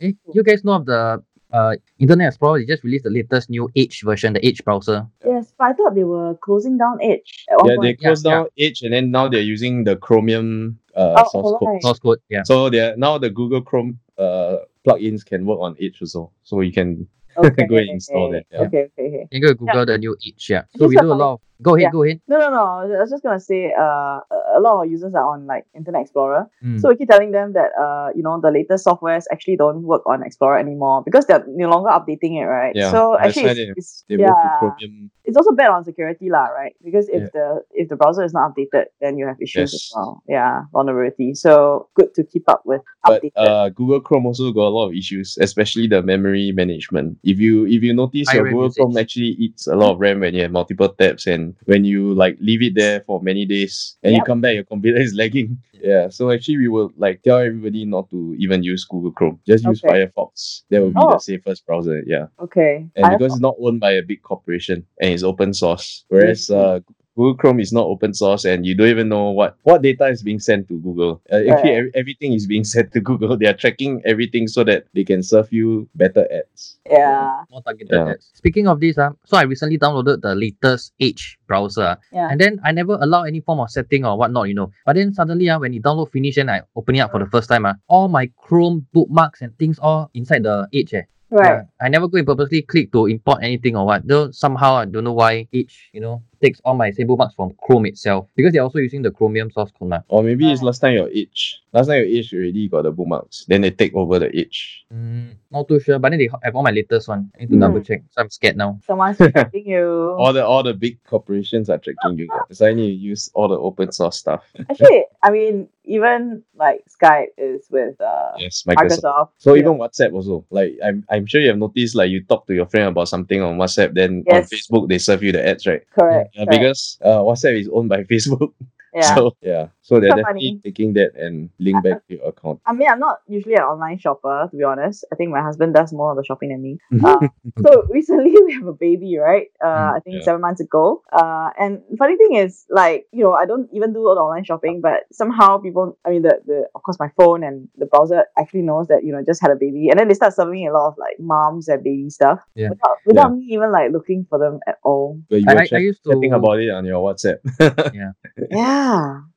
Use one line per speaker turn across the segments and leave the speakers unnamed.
Eh, you guys know of the uh, Internet Explorer? They just released the latest new Edge version, the Edge browser.
Yes, but I thought they were closing down Edge at one
Yeah, they
point.
Yeah,
closed
yeah.
down Edge and then now they're using the Chromium uh,
Oh,
source code.
alright.
Source code, yeah.
So they're now the Google Chrome uh, plugins can work on Edge also. So you can
Okay,
go and install that, yeah.
Okay, okay, okay.
You can go Google the new Edge, yeah. So
Just
we do a
about-
lot of. Go ahead,
yeah.
go ahead.
No, no, no. I was just gonna say, uh, a a lot of our users are on like Internet Explorer,
Hmm.
Mm.
so we keep telling them that, uh, you know, the latest softwares actually don't work on Explorer anymore because they're no longer updating it, right?
Yeah,
So
that's
actually,
why
it's,
they
it's,
move to
yeah,
Chromium.
it's also bad on security, lah, right? Because if the if the browser is not updated, then you have issues as
Yes.
well. Yeah, vulnerability. So good to keep up with
But
updated.
uh, Google Chrome also got a lot of issues, especially the memory management. If you if you notice
High
your
RAM
Google
usage.
Chrome actually eats a lot of RAM when you have multiple tabs and when you like leave it there for many days and you
Yep.
come back your computer is lagging. Yeah. So actually we will like tell everybody not to even use Google Chrome. Just use
Okay.
Firefox. That will be
Oh.
the safest browser. Yeah.
okay.
and
I have-
because it's not owned by a big corporation and it's open source whereas uh, google chrome is not open source and you don't even know what what data is being sent to google uh, actually ev- everything is being sent to google they are tracking everything so that they can serve you better ads
yeah.
More targeted
Yeah.
ads. Speaking of this, uh, so I recently downloaded the latest Edge browser. ah.
Yeah.
And then I never allow any form of setting or whatnot, you know. But then suddenly, uh, when you download finish and I open it up for the first time, uh, all my Chrome bookmarks and things all inside the Edge. Eh.
Right.
Yeah, I never go and purposely click to import anything or what. Though somehow I don't know why Edge, you know, takes all my same bookmarks from Chrome itself. Because they're also using the Chromium source code. mah.
or maybe it's
Right.
last time your age last time your age already got the bookmarks then they take over the age
Mm, not too sure, but then they ha- have all my latest one. I need to
Hmm.
double check. So I'm scared now.
Someone's tracking you.
all the all the big corporations are tracking you guys. so i need to use all the open source stuff
Actually, I mean, even like Skype is with uh,
yes microsoft
Microsoft.
So
you
even
know.
WhatsApp also, like I'm, I'm sure you have noticed, like you talk to your friend about something on WhatsApp, then
Yes.
on Facebook they serve you the ads, right?
correct.
Yeah,
correct.
because uh, WhatsApp is owned by Facebook,
yeah.
so yeah, so they're
Quite
definitely
funny.
taking that and link back to your account.
I mean, I'm not usually an online shopper, to be honest. I think my husband does more of the shopping than me. Uh, so recently we have a baby, right? Uh,
Mm,
I think
Mm-hmm. yeah.
seven months ago. Uh, and funny thing is, like, you know, I don't even do all the online shopping, but somehow people, I mean, the, the of course, my phone and the browser actually knows that, you know, I just had a baby. And then they start serving a lot of like moms and baby stuff
Yeah.
without, without me even like looking for them at all.
But you
I,
were
I, I
chat-
used to
chatting about it on your WhatsApp.
Yeah.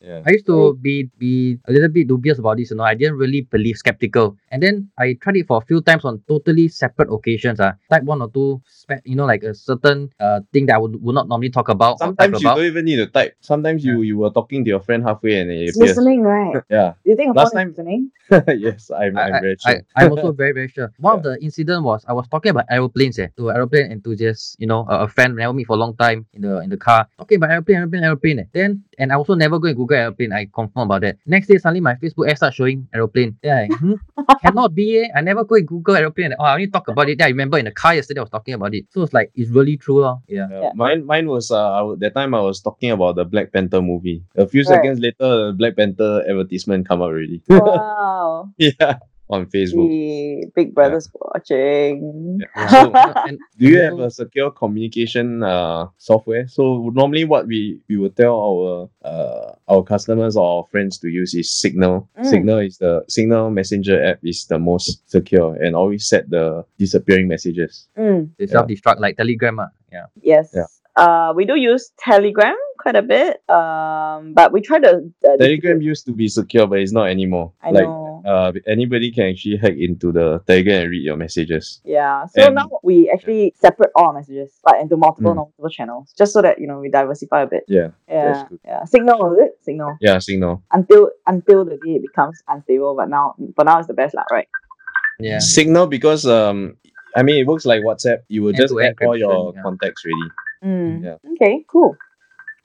Yeah.
I used
Hmm.
to be be a little bit dubious about this, you know. I didn't really believe skeptical, and then I tried it for a few times on totally separate occasions. Ah, type one or two, spe- you know, like a certain uh thing that I would, would not normally talk about. or
Sometimes
type
you
about.
don't even need to type. Sometimes you you were talking to your friend halfway and it
It's
appears.
listening, right?
Yeah.
Do you think a
Last
phone
time-
is listening?
yes, I'm I'm very sure.
I, I'm also very, very sure. One of the incident was I was talking about aeroplanes eh, to an aeroplane enthusiast, you know, a, a friend never meet for a long time in the in the car. Talking about aeroplane, aeroplane, aeroplane. eh. Then and I also never go and Google aeroplane. I confirm about that. Next day suddenly my Facebook ad start showing aeroplane. Then I, hmm, cannot be eh. I never go and Google aeroplane. Oh, I only talk about it. Then I remember in the car yesterday I was talking about it. So it's like it's really true, lor. Yeah.
Yeah,
Yeah.
Mine, mine was uh, I w- that time I was talking about the Black Panther movie. A few
Right.
seconds later, the Black Panther advertisement come out already.
wow.
yeah, on
Mm.
Facebook.
Gee, Big Brother's watching.
Yeah. So,
And
do you have
also-
a secure communication uh, software? So normally, what we we would tell our uh, our customers or our friends to use is Signal.
Mm.
Signal is the Signal Messenger app is the most secure, and always set the disappearing messages.
Mm,
they
Yeah.
self destruct like Telegram. ah. Yeah.
yes.
Yeah.
Uh, we do use Telegram quite a bit, um, but we try to. Uh,
Telegram used to be secure, but it's not anymore.
I
like
know.
uh, anybody can actually hack into the Telegram and read your messages.
Yeah. So
and-
now we actually separate all our messages like into multiple
Mm.
multiple channels, just so that you know we diversify a bit.
Yeah,
Yeah.
that's good.
Yeah. Signal is it? Signal.
yeah, Signal.
Until until the day it becomes unstable, but now for now it's the best, lah, right?
Yeah.
Signal because um, I mean it works like WhatsApp. You will just add
End-to-end
all your
encryption, yeah.
contacts ready.
Mm.
Yeah.
Okay. Cool.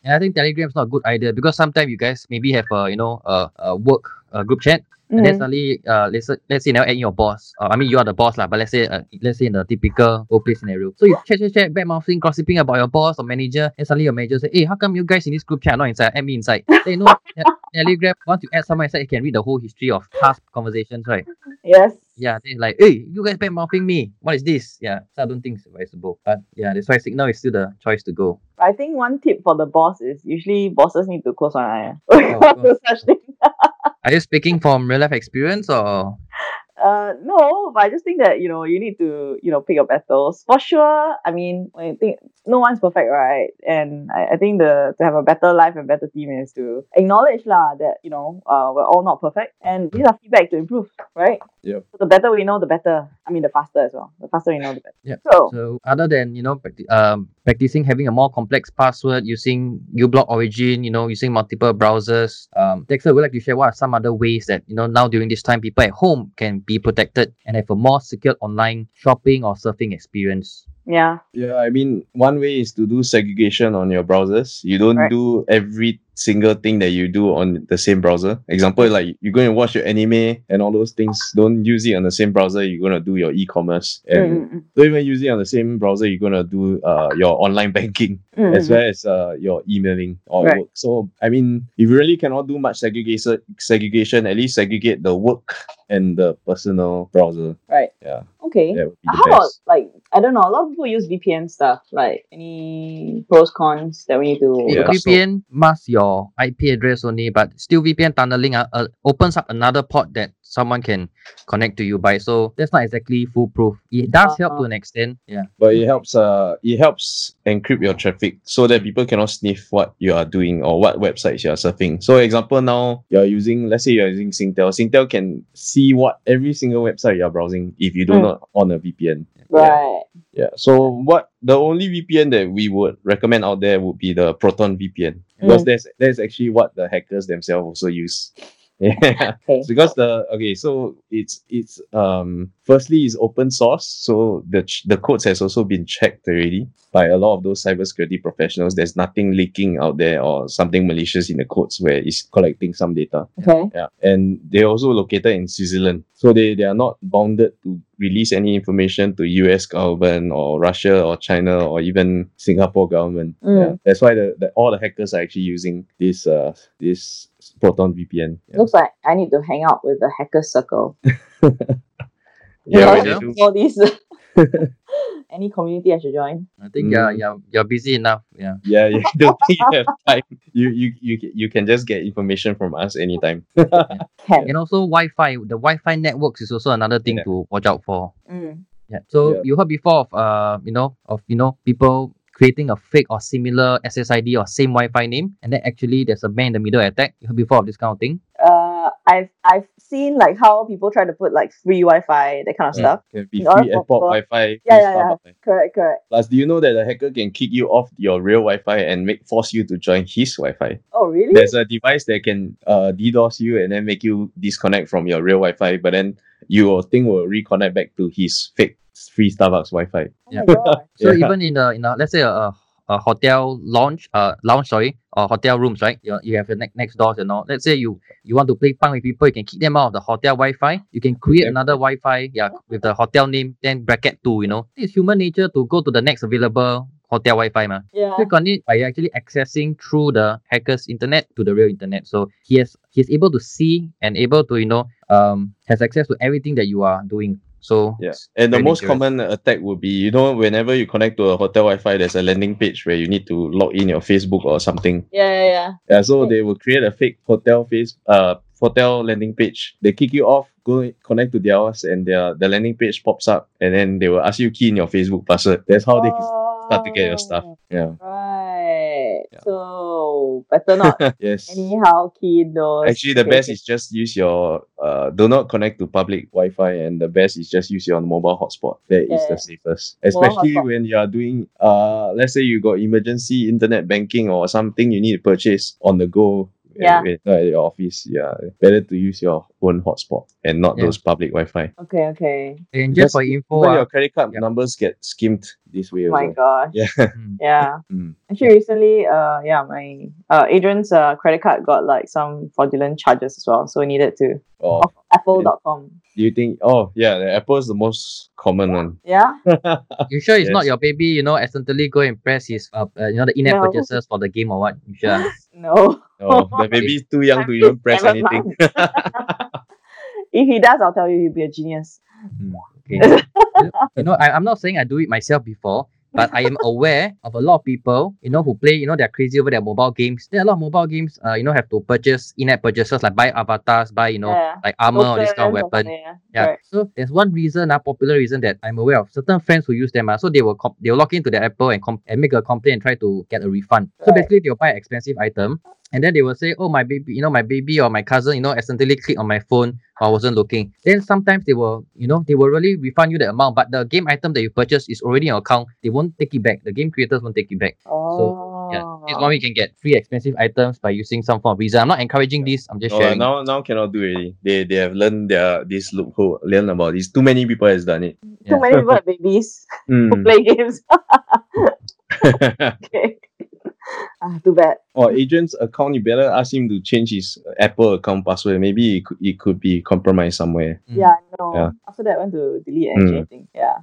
And I think Telegram's not a good idea because sometimes you guys maybe have a you know a, a work a group chat and then
Mm.
suddenly uh let's say- let's say you never add in your boss. Uh, I mean you are the boss lah, but let's say uh, let's say in the typical workplace scenario. So you chat chat chat bad mouthing gossiping about your boss or manager and suddenly your manager say, hey how come you guys in this group chat are not inside? Add me inside. Then you know Te- Telegram once you add someone inside you can read the whole history of past conversations right.
Yes.
Yeah, they're like, hey, you guys bad mouthing me. What is this? Yeah, so I don't think it's advisable. But yeah, that's why Signal is still the choice to go.
I think one tip for the boss is usually bosses need to close one eye.
Oh, of
No
course.
such thing.
Are you speaking from real life experience or
Uh, no, but I just think that you know you need to you know pick your battles for sure. I mean, when you think no one's perfect, right? And I, I think the to have a better life and better team is to acknowledge lah that you know uh, we're all not perfect, and these are feedback to improve, right?
Yep.
So the better we know, the better. I mean, the faster as well. The faster we know, the better.
Yep.
So
so other than you know practi- um, practicing having a more complex password using uBlock Origin, you know using multiple browsers. Um, Dexter would like to share what are some other ways that you know now during this time people at home can be protected and have a more secure online shopping or surfing experience.
yeah,
Yeah, I mean, one way is to do segregation on your browsers. You don't
Right.
do every single thing that you do on the same browser. Example, like you're going to watch your anime and all those things. Don't use it on the same browser. You're going to do your e-commerce, and
Mm, mm,
don't even use it on the same browser. You're going to do uh, your online banking
mm,
as
mm,
well as uh, your emailing or
Right.
work. So I mean, if you really cannot do much segregation, segregation at least segregate the work and the personal browser.
right.
Yeah,
Okay.
that would be
How
the
about
best.
like I don't know? A lot of people use VPN stuff. Like any pros cons that we need to
Oh, Yeah.
look up?
VPN masks your IP address only, but still VPN tunneling uh, uh, opens up another port that someone can connect to you by. So that's not exactly foolproof. It does help
Uh-huh.
to an extent. Yeah.
But it helps. Uh, it helps encrypt your traffic so that people cannot sniff what you are doing or what websites you are surfing. So, example, now you are using, let's say you are using Singtel. Singtel can see what every single website you are browsing if you do
Mm.
not on a VPN.
Right.
Yeah. So what the only VPN that we would recommend out there would be the Proton VPN because that's that's actually what the hackers themselves also use. Yeah.
Okay.
because the okay, so it's it's um firstly it's open source, so the ch- the codes has also been checked already by a lot of those cybersecurity professionals. There's nothing leaking out there or something malicious in the codes where it's collecting some data.
Okay.
Yeah, and they're also located in Switzerland, so they, they are not bounded to release any information to U.S. government or Russia or China or even Singapore government.
Mm.
Yeah, that's why the, the all the hackers are actually using this uh this Proton VPN. Yeah,
Looks like I need to hang out with the hacker circle.
yeah,
we
they
do.
do.
All these. uh, Any community I should join.
I think yeah,
Mm.
yeah, you're busy enough. Yeah.
yeah, yeah. I Don't think you have time. You you you ca- you can just get information from us anytime.
Can.
And also Wi-Fi, the Wi-Fi networks is also another thing
Yeah.
to watch out for.
Mm.
Yeah. So
Yeah.
you heard before of uh, you know, of you know, people creating a fake or similar SSID or same Wi-Fi name, and then actually there's a man in the middle attack. You heard before of this kind of thing?
Uh, I've I've seen like how people try to put like free Wi-Fi, that kind of stuff.
Can be
In order
free
for-
airport
for-
Wi-Fi. free
Yeah, yeah, yeah.
Starbucks.
Correct, correct.
Plus, do you know that the hacker can kick you off your real Wi-Fi and make force you to join his Wi-Fi?
Oh, really?
There's a device that can uh, DDoS you and then make you disconnect from your real Wi-Fi, but then your thing will reconnect back to his fake free Starbucks Wi-Fi.
oh my god.
So
Yeah.
even in a in a let's say a, a, a hotel lounge, uh lounge sorry, or hotel rooms, right? You, you have the ne- next doors and all. Let's say you you want to play punk with people, you can kick them out of the hotel Wi-Fi. You can create
Yeah.
another Wi-Fi, yeah, with the hotel name, then bracket two. You know, it's human nature to go to the next available hotel Wi-Fi, man.
Yeah.
click on it by actually accessing through the hacker's internet to the real internet. So he has he's able to see and able to, you know, um has access to everything that you are doing. So
Yeah.
it's
And the
very
most
dangerous.
common attack would be, you know, whenever you connect to a hotel Wi-Fi, there's a landing page where you need to log in your Facebook or something.
Yeah, yeah, yeah.
Yeah, so
Right.
they will create a fake hotel face uh hotel landing page. They kick you off, go connect to theirs, and their the landing page pops up, and then they will ask you key in your Facebook password. That's how they can start to get your stuff.
Oh,
Yeah.
Right.
Yeah.
So better not
yes.
anyhow key those.
Actually, the
Okay,
best
okay.
is just use your uh, do not connect to public Wi-Fi, and the best is just use your mobile hotspot. That is
Yeah.
the safest,
Mobile
especially
hotspot.
when you are doing uh, let's say you got emergency internet banking or something you need to purchase on the go. uh,
Yeah.
with- uh, at your office, yeah, better to use your own hotspot and not
Yeah.
those public Wi-Fi.
Okay, okay.
And just
Because
for info,
Even
uh,
your credit card
yeah.
numbers get skimmed this way.
Oh my
also.
gosh.
Yeah.
mm,
Yeah.
Mm.
Actually, recently, uh, yeah, my uh, Adrian's uh, credit card got like some fraudulent charges as well, so we needed to
Oh,
off Apple.com.
do you think? Oh, yeah, the Apple is the most common one.
Yeah,
you sure it's not your
Yes.
baby? You know, accidentally go and press his uh, uh you know the in-app
No.
purchases for the game or what? You sure?
no,
Oh, the baby's too young to even press
Never
anything.
mind. If he does, I'll tell you he'll be a genius.
Okay. you know, I, I'm not saying I do it myself before, but I am aware of a lot of people, you know, who play, you know, they're crazy over their mobile games. There are a lot of mobile games, uh, you know, have to purchase in-app purchases like buy avatars, buy, you know,
yeah.
like armor or this kind of
Open
weapon.
something, Yeah.
Yeah.
Correct.
So there's one reason, a popular reason that I'm aware of. Certain friends who use them, uh, so they will com- they will log into the Apple and, com- and make a complaint and try to get a refund. So
Right.
basically, they'll buy an expensive item, and then they will say, "Oh, my baby, you know, my baby or my cousin, you know, accidentally clicked on my phone or I wasn't looking." Then sometimes they will, you know, they will really refund you the amount, but the game item that you purchased is already in your account. They won't take it back. The game creators won't take it back.
Oh.
yeah, This one we can get free expensive items by using some form of reason. I'm not encouraging this. I'm just
No,
sharing.
Oh, now now cannot do it. They they have learned their this loophole. Learn about this. Too many people has done it.
Yeah. Mm.
Too many people are babies who
Hmm.
play games. okay. ah, too bad.
or agent's account, you better ask him to change his Apple account password. Maybe it could, it could be compromised somewhere.
Mm.
Yeah, no.
Yeah.
After that, I went to delete and
Mm.
I think. Yeah.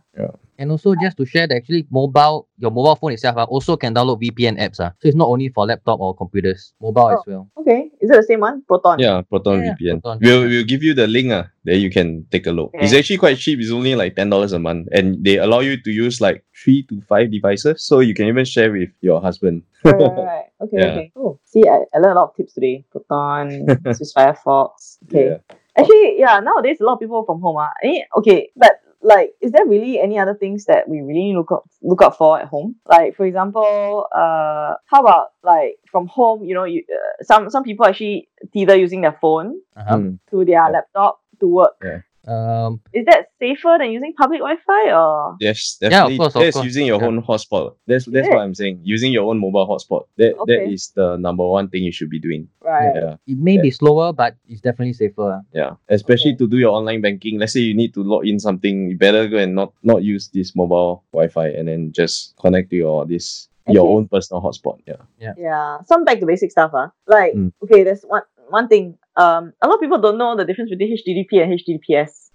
And also just to share that actually mobile your mobile phone itself ah, also can download VPN apps. ah. So it's not only for laptop or computers, mobile as well.
Okay. Is it the same one? Proton.
Yeah, Proton
Yeah,
VPN.
Proton.
We'll, we'll give you the link. Uh, there you can take a look. It's
Okay.
actually quite cheap. It's only like $10 a month. And they allow you to use like three to five devices. So you can even share with your husband.
Right, right, right. Okay,
Yeah.
okay. Cool. See, I, I learned a lot of tips today. Proton, Swiss Firefox. Okay.
Yeah.
Actually, yeah, nowadays a lot of people from home are. I mean, okay, but like, is there really any other things that we really look up look out for at home? Like, for example, uh, how about like from home? You know, you uh, some some people actually either using their phone
Uh-huh.
Mm.
to their
Yeah.
laptop to work.
Um,
Is that safer than using public Wi-Fi or?
Yes,
of
definitely.
course, of
that's
course.
using your
Yeah.
own hotspot. That's that's
it?
what I'm saying. Using your own mobile hotspot. That that
Okay.
is the number one thing you should be doing.
Right.
Yeah.
it may be slower, but it's definitely safer. ah.
Yeah, especially
Okay.
to do your online banking. Let's say you need to log in something, you better go and not not use this mobile Wi-Fi and then just connect to your this your
Okay.
own personal hotspot. Yeah.
Yeah, some back to basic stuff. Huh? Like,
Mm.
okay, there's one one thing. Um, a lot of people don't know the difference between HTTP and HTTPS.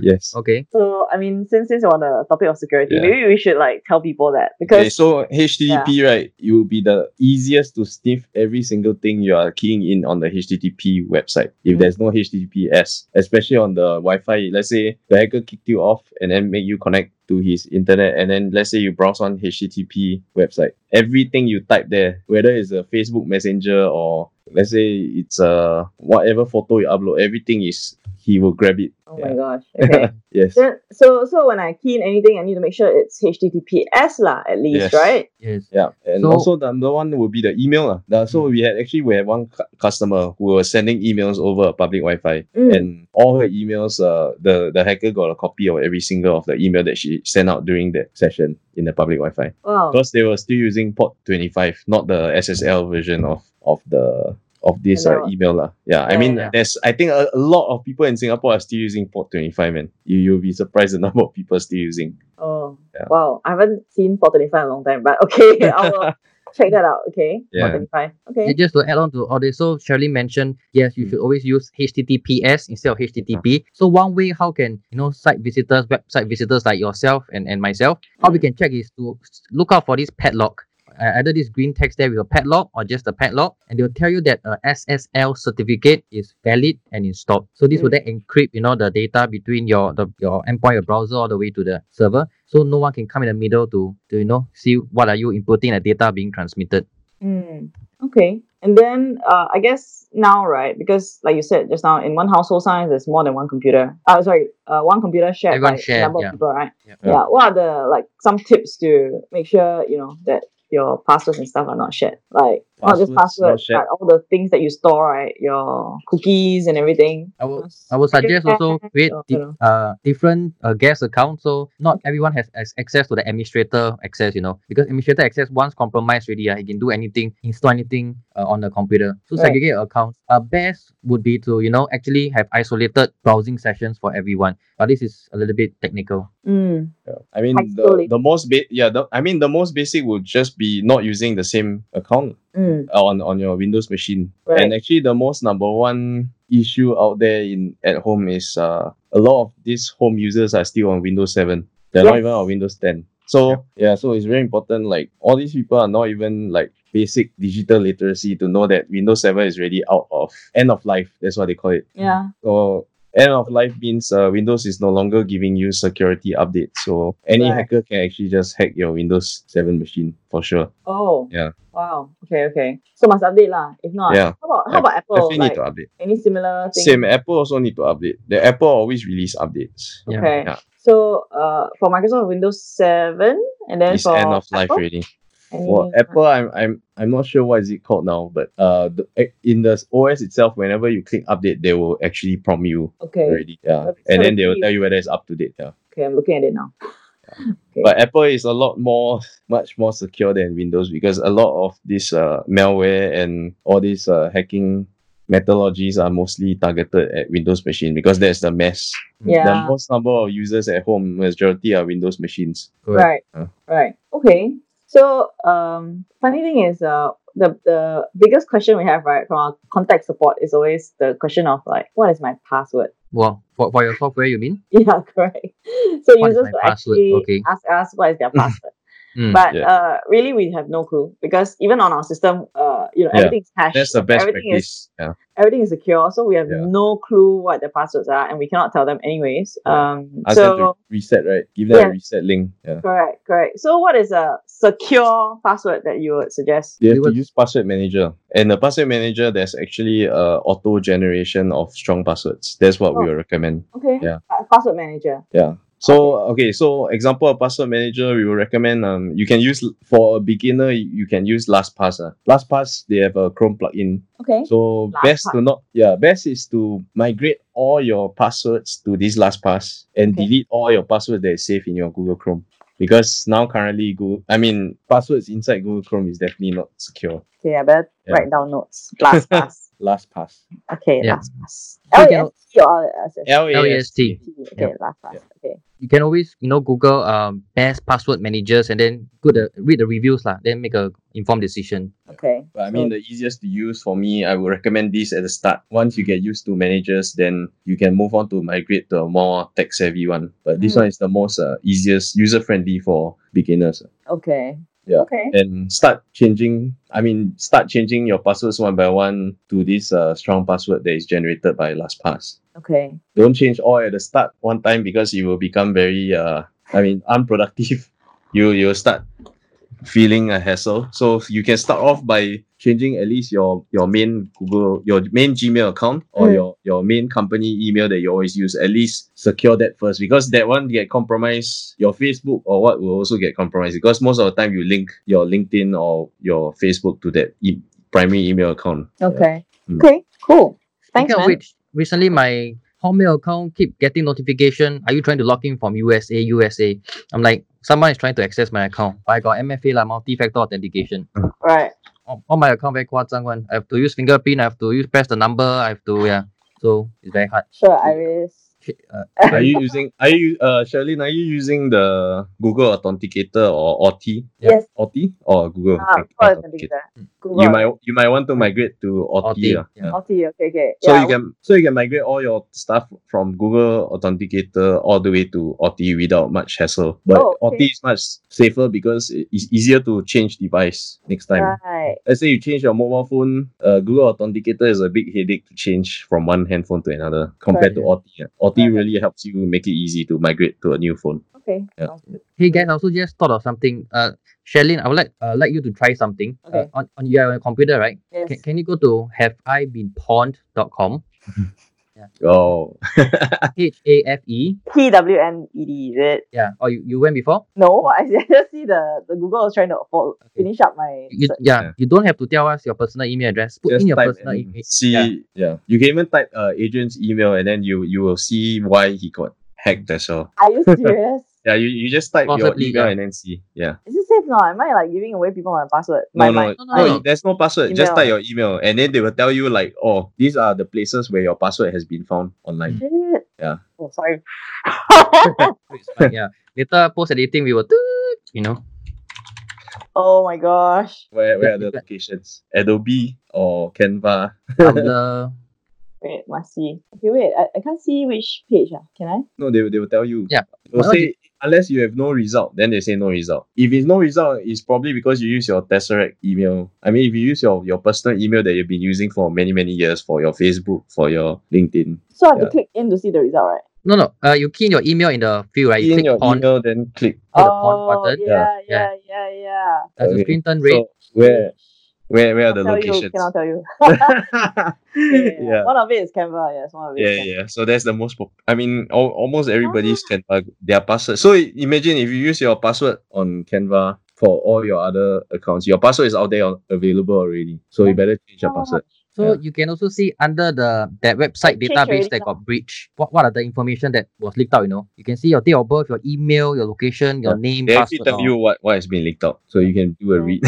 Yes.
Okay.
So, I mean, since since we're on the topic of security,
Yeah.
maybe we should like tell people that
Okay,
because
so HTTP, right? You will be the easiest to sniff every single thing you are keying in on the HTTP website. If
Mm.
there's no HTTPS, especially on the Wi-Fi, let's say the hacker kicked you off and then make you connect to his internet, and then let's say you browse on HTTP website, everything you type there, whether it's a Facebook Messenger or let's say it's a whatever photo you upload, everything is he will grab it.
oh
Yeah.
my gosh, okay.
Yes.
then, so so when I key in anything, I need to make sure it's HTTPS lah at least,
Yes.
right?
Yes.
Yeah, and
So-
also the number one would be the email. lah. The- So we had actually we had one cu- customer who was sending emails over a public Wi-Fi,
Mm.
and all her emails, uh, the the hacker got a copy of every single of the email that she sent out during that session in the public Wi-Fi
wow.
because they were still using port twenty five, not the SSL version of of the of this uh,
Hello.
email lah. Yeah, I
Yeah,
mean
yeah.
there's I think a, a lot of people in Singapore are still using port twenty five, and you you'll be surprised the number of people still using.
Oh
Yeah.
wow, I haven't seen 425 in a long time, but okay, I will check that out. Okay,
Yeah.
425. Okay.
And just to add on to all this, so Shirley mentioned yes, you
Mm.
should always use HTTPS instead of HTTP. So one way how can you know site visitors, website visitors like yourself and, and myself, how we
Mm.
can check is to s- look out for this padlock. Uh, either this green text there with a padlock or just a padlock, and they'll tell you that uh, a SSL certificate is valid and installed. So this will
Mm.
then encrypt, you know, the data between your the your endpoint, your browser, all the way to the server. So no one can come in the middle to to you know see what are you inputting the data being transmitted.
Mm, okay. And then uh, I guess now, right? Because like you said just now, in one household science, there's more than one computer. Uh, sorry, uh, one computer shared
Everyone
by
shared,
a number
yeah.
of people, right?
Yeah.
Yeah. What are the like some tips to make sure you know that your passwords and stuff are not shared? Like not just
Passwords not
passwords,
shared.
but all the things that you store, right? Your cookies and everything.
I will I would suggest also create
Oh,
di-
hello.
uh, different uh, guest accounts. So not everyone has, has access to the administrator access, you know, because administrator access once compromised already, uh, he can do anything, install anything uh, on the computer. So
Right.
segregate accounts. Uh, best would be to you know actually have isolated browsing sessions for everyone. But this is a little bit technical.
Mm,
Yeah. I mean
Like
the,
slowly.
the most ba- yeah the, I mean the most basic would just be not using the same account
mm,
on on your Windows machine.
Right.
And actually the most number one issue out there in at home is uh, a lot of these home users are still on Windows 7. They're not
Yes.
even on Windows 10. So yeah, so it's very important like all these people are not even like basic digital literacy to know that Windows 7 is already out of end of life. That's what they call it.
yeah.
So End of life means uh, Windows is no longer giving you security updates. So any
Right.
hacker can actually just hack your Windows 7 machine for sure.
Oh.
Yeah.
Wow. Okay. Okay. So must update lah. If not,
Yeah.
How about how about Apple?
Definitely
Like
need to update.
any similar thing?
Same. Apple also need to update. The Apple always release updates.
Yeah.
Okay.
Yeah.
So uh, for Microsoft Windows Seven, and then
It's
for
end of life
Apple,
already.
any-
For Apple, I'm I'm I'm not sure what is it called now, but uh, the, in the OS itself, whenever you click update, they will actually prompt you
Okay.
already. Yeah,
But it's
and
not
then they will
really-
tell you whether it's up to date. Yeah.
Okay. I'm looking at it now. Okay.
But Apple is a lot more, much more secure than Windows because a lot of this uh, malware and all these uh, hacking methodologies are mostly targeted at Windows machine because that's the mass. The
yeah.
most number of users at home, majority are Windows machines.
Correct.
Right.
Uh.
Right. Okay. So um, funny thing is uh. The, the biggest question we have right from our contact support is always the question of like what is my password
Well, for, for your software, you mean?
Yeah, correct. So
What is
users
my password?
will actually
Okay.
ask us what is their password.
Mm,
but
yeah.
uh, really, we have no clue because even on our system, uh, you know,
Yeah,
everything's hashed.
That's the best
everything
practice.
Is,
yeah.
everything is secure, so we have
Yeah.
no clue what their passwords are, and we cannot tell them anyways.
Yeah.
Um,
Ask them to
so
reset, right? Give them
Yeah.
a reset link. Yeah.
correct, correct. So what is a secure password that you would suggest?
They have
We
to
were-
use password manager. And the password manager, there's actually uh, auto generation of strong passwords. That's what
Oh.
we will recommend.
Okay,
Yeah.
Pa- password manager.
Yeah. So okay, so example of password manager, we will recommend um you can use for a beginner you you can use LastPass. Uh. LastPass they have a Chrome plugin.
Okay.
So best to not yeah, best is to migrate all your passwords to this LastPass and
Okay.
delete all your passwords that is saved in your Google Chrome. Because now currently Google I mean passwords inside Google Chrome is definitely not secure.
Okay, I better
Yeah.
write down notes. Last pass.
LastPass.
Okay,
Yeah.
last pass.
So you can-
LAST or LAST?
LAST.
Okay,
Yeah.
last pass.
Yeah.
Okay.
You can always, you know, Google um, best password managers and then good, uh, read the reviews, lah, then make a informed decision.
Okay.
But I
so-
mean, the easiest to use for me, I would recommend this at the start. Once you get used to managers, then you can move on to migrate to a more tech savvy one. But this
Mm.
one is the most uh, easiest, user friendly for beginners.
Okay.
Yeah.
Okay.
And start changing. I mean, start changing your passwords one by one to this uh, strong password that is generated by LastPass.
Okay.
Don't change all at the start one time because you will become very, uh, I mean, unproductive. You you'll start feeling a hassle. So you can start off by changing at least your your main Google, your main Gmail account or
Mm.
your your main company email that you always use. At least secure that first because that one get compromised. Your Facebook or what will also get compromised because most of the time you link your LinkedIn or your Facebook to that e- primary email account.
Okay.
Mm.
Okay. Cool. Thanks,
Speaking
man.
of which, recently my Hotmail account keep getting notification. Are you trying to log in from USA, USA? I'm like, someone is trying to access my account. But I got MFA, like multi-factor authentication.
Right.
All, all my account very 夸张 one. I have to use fingerprint. I have to use press the number. I have to yeah. So it's very hard.
Sure, Iris.
Uh,
are you using? Are you uh, Charlene? Are you using the Google Authenticator or OT?
Yes.
OT or Oh, Google
Ah, what is the
Authenticator?
big that? Google.
you might you might want to migrate to
OT,
OT. lah.
yeah.
Yeah.
Multi, Okay. Okay.
So
yeah,
you
w-
can so you can migrate all your stuff from Google Authenticator all the way to OT without much hassle. But
Oh, okay.
OT is much safer because it- it's easier to change device next time.
Right.
Let's say you change your mobile phone, uh, Google Authenticator is a big headache to change from one handphone to another compared to OT. yeah. OT
Correct.
really helps you make it easy to migrate to a new phone.
Okay.
Yeah.
sounds good.
hey guys, I also just thought of something. Uh, Sherlyn, I would like uh, like you to try something.
Okay.
Uh, on on your, your computer, right?
Yes.
Can, can you go to haveibeenpawned.com?
Oh,
Ah.
H A F E.
T W N E D is it?
Yeah. Oh, you, you went before?
No, I just see the the Google is trying to fo- finish up my.
You,
search.
yeah,
Yeah.
You don't have to tell us your personal email address. Put
just
in your
type
personal
and
email.
see
Yeah.
yeah. you can even type uh, agent's email and then you you will see why he got hacked that's all
Are you serious?
yeah you, you just type
Possibly,
your email
yeah.
and then see yeah
Is it safe now? Am I like giving away people my password? My,
no no,
my,
no,
no, no.
there's no password
Email.
just type your email and then they will tell you like oh these are the places where your password has been found online
Mm.
Shit.
Yeah.
Oh, sorry.
So it's fine, yeah. Later post editing, we will, toot, you know.
oh my gosh.
where, where are
Yeah,
the
yeah.
locations adobe or canva
Tumblr.
Wait, must see. Okay, wait. I, I can't see which page. Ah, Can I?
no they, will- they will tell you
Yeah.
they'll
Why not
say unless you have no result, then they say no result. If it's no result, it's probably because you use your Tesseract email. I mean, if you use your, your personal email that you've been using for many, many years for your Facebook, for your LinkedIn.
So I have
Yeah.
to click in to see the result, right?
No, no. Uh, you key in your email in the field, right? You
In
click
your
on
email, then click.
Oh, the pawn button.
yeah,
Yeah.
yeah, yeah, yeah.
does the
Okay.
screen turn red.
So where where where are the
Tell you,
locations?
cannot tell you. Yeah, yeah, yeah.
yeah.
One of it is Canva, yes. One of it
Yeah,
is Canva.
yeah. So that's the most. Pop- I mean, al- almost
Ah.
everybody's Canva their password. So i- imagine if you use your password on Canva for all your other accounts, your password is out there al- available already. So you better change your
Oh.
password.
So
Yeah.
you can also see under the that website
Change
database
already
that
now.
got breached. What what are the information that was leaked out? You know, you can see your date of birth, your email, your location, your name,
They actually
password.
tell you
all.
what what has been leaked out, so you can do a read.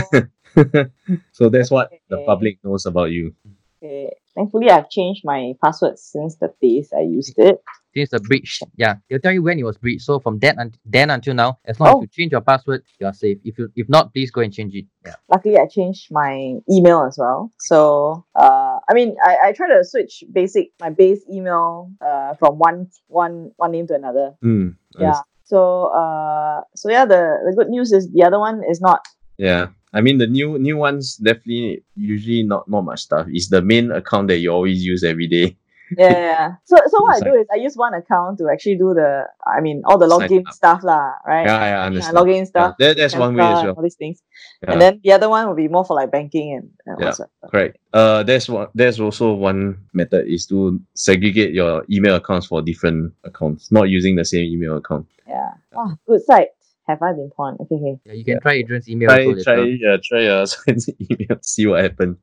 Mhm.
so that's what the
Okay.
public knows about you.
Okay. Thankfully, I've changed my password since the days I used it.
Since the breach, yeah, they'll tell you when it was breached. So from then un- then until now, as long
Oh.
as you change your password, you are safe. If you if not, please go and change it. Yeah.
Luckily, I changed my email as well. So, uh, I mean, I, I try to switch basic my base email uh, from one one one name to another.
Hmm.
yeah so uh so yeah the the good news is the other one is not
Yeah. I mean the new new ones definitely usually not not much stuff. It's the main account that you always use every day.
yeah, yeah, yeah. so so what
It's
i do is i use one account to actually do the i mean all the
Sign
login
up.
stuff lah right
Yeah, yeah, I
Yeah,
understand.
login
Yeah,
stuff
that, that's one way
Canva
as
and
well.
all these things
Yeah.
and then the other one will be more for like banking and, and
Yeah,
whatsoever.
Correct. Uh, that's one. That's also one method is to segregate your email accounts for different accounts, not using the same email account.
yeah oh, good site have i been pawned okay, okay.
Yeah, you can try Adrian's email.
Try,
also
try,
later.
yeah, try your science email. See what happens.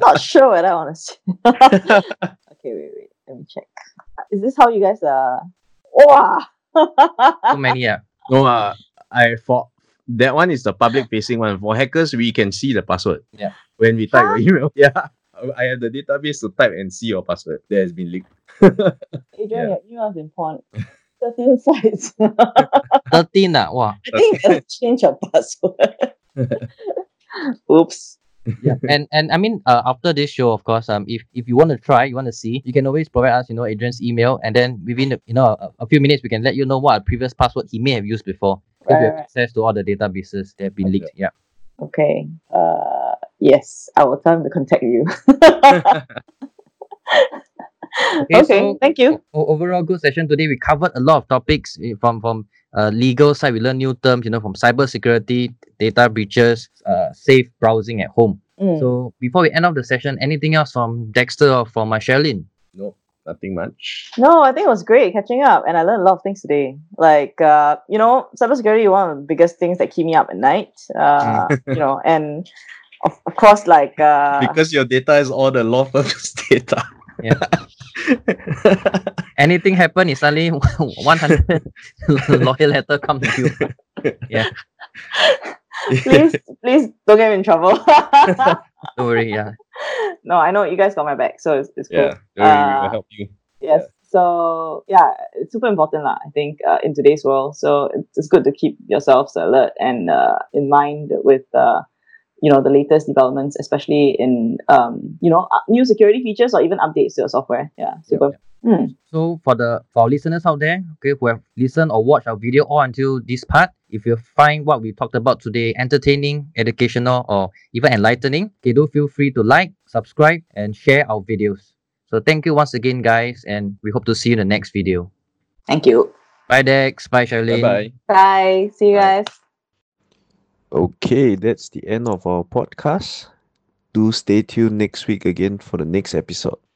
not sure whether i want to see okay wait wait let me check is this how you guys uh wow
Too many, yeah.
No, uh, I for that one is the public facing one. For hackers, we can see the password.
Yeah.
When we type your email, yeah, I have the database to type and see your password. That has been leaked.
adrian
Yeah.
your email's been pawned 13 sites
Thirteen, ah, wow.
I think I'll change your password. Oops.
and and I mean, uh, after this show, of course, um, if if you want to try, you want to see, you can always provide us, you know, Adrian's email, and then within the- you know a, a few minutes, we can let you know what previous password he may have used before. Because we
Right,
have
right.
access to all the databases that have been leaked. Yeah.
Okay. Uh, yes, I will tell him to contact you. okay.
so-
thank you.
O- overall, good session today. We covered a lot of topics eh, from from uh, legal side. We learned new terms, you know, from cybersecurity, data breaches, uh, safe browsing at home.
Mm.
So before we end off the session, anything else from Dexter or from uh, Sherilyn?
no, nothing much.
No, I think it was great catching up, and I learned a lot of things today. Like, uh, you know, cybersecurity is one of the biggest things that keep me up at night. Uh, you know, and of, of course, like, uh,
Mm. because your data is all the law firm's data.
Ah. Yeah. Anything happen, it's suddenly one hundred lawyer letter come to you.
please, please don't get me in trouble.
Don't worry, yeah.
no, I know you guys got my back, so it's, it's cool.
yeah, don't worry, we
Uh,
Ah.
will help you.
yes so yeah it's super important lah, i think uh, in today's world so it's, it's good to keep yourselves alert and uh, in mind with uh, you know the latest developments especially in um, you know uh, new security features or even updates to your software yeah super
So for the for our listeners out there, okay, who have listened or watched our video all until this part, if you find what we talked about today entertaining, educational, or even enlightening, okay, do feel free to like, subscribe, and share our videos. So thank you once again, guys, and we hope to see you in the next video.
thank you
Bye, Dex. Bye, Charlene.
Bye bye.
bye see you
Bye.
guys
Okay, that's the end of our podcast. Do stay tuned next week again for the next episode.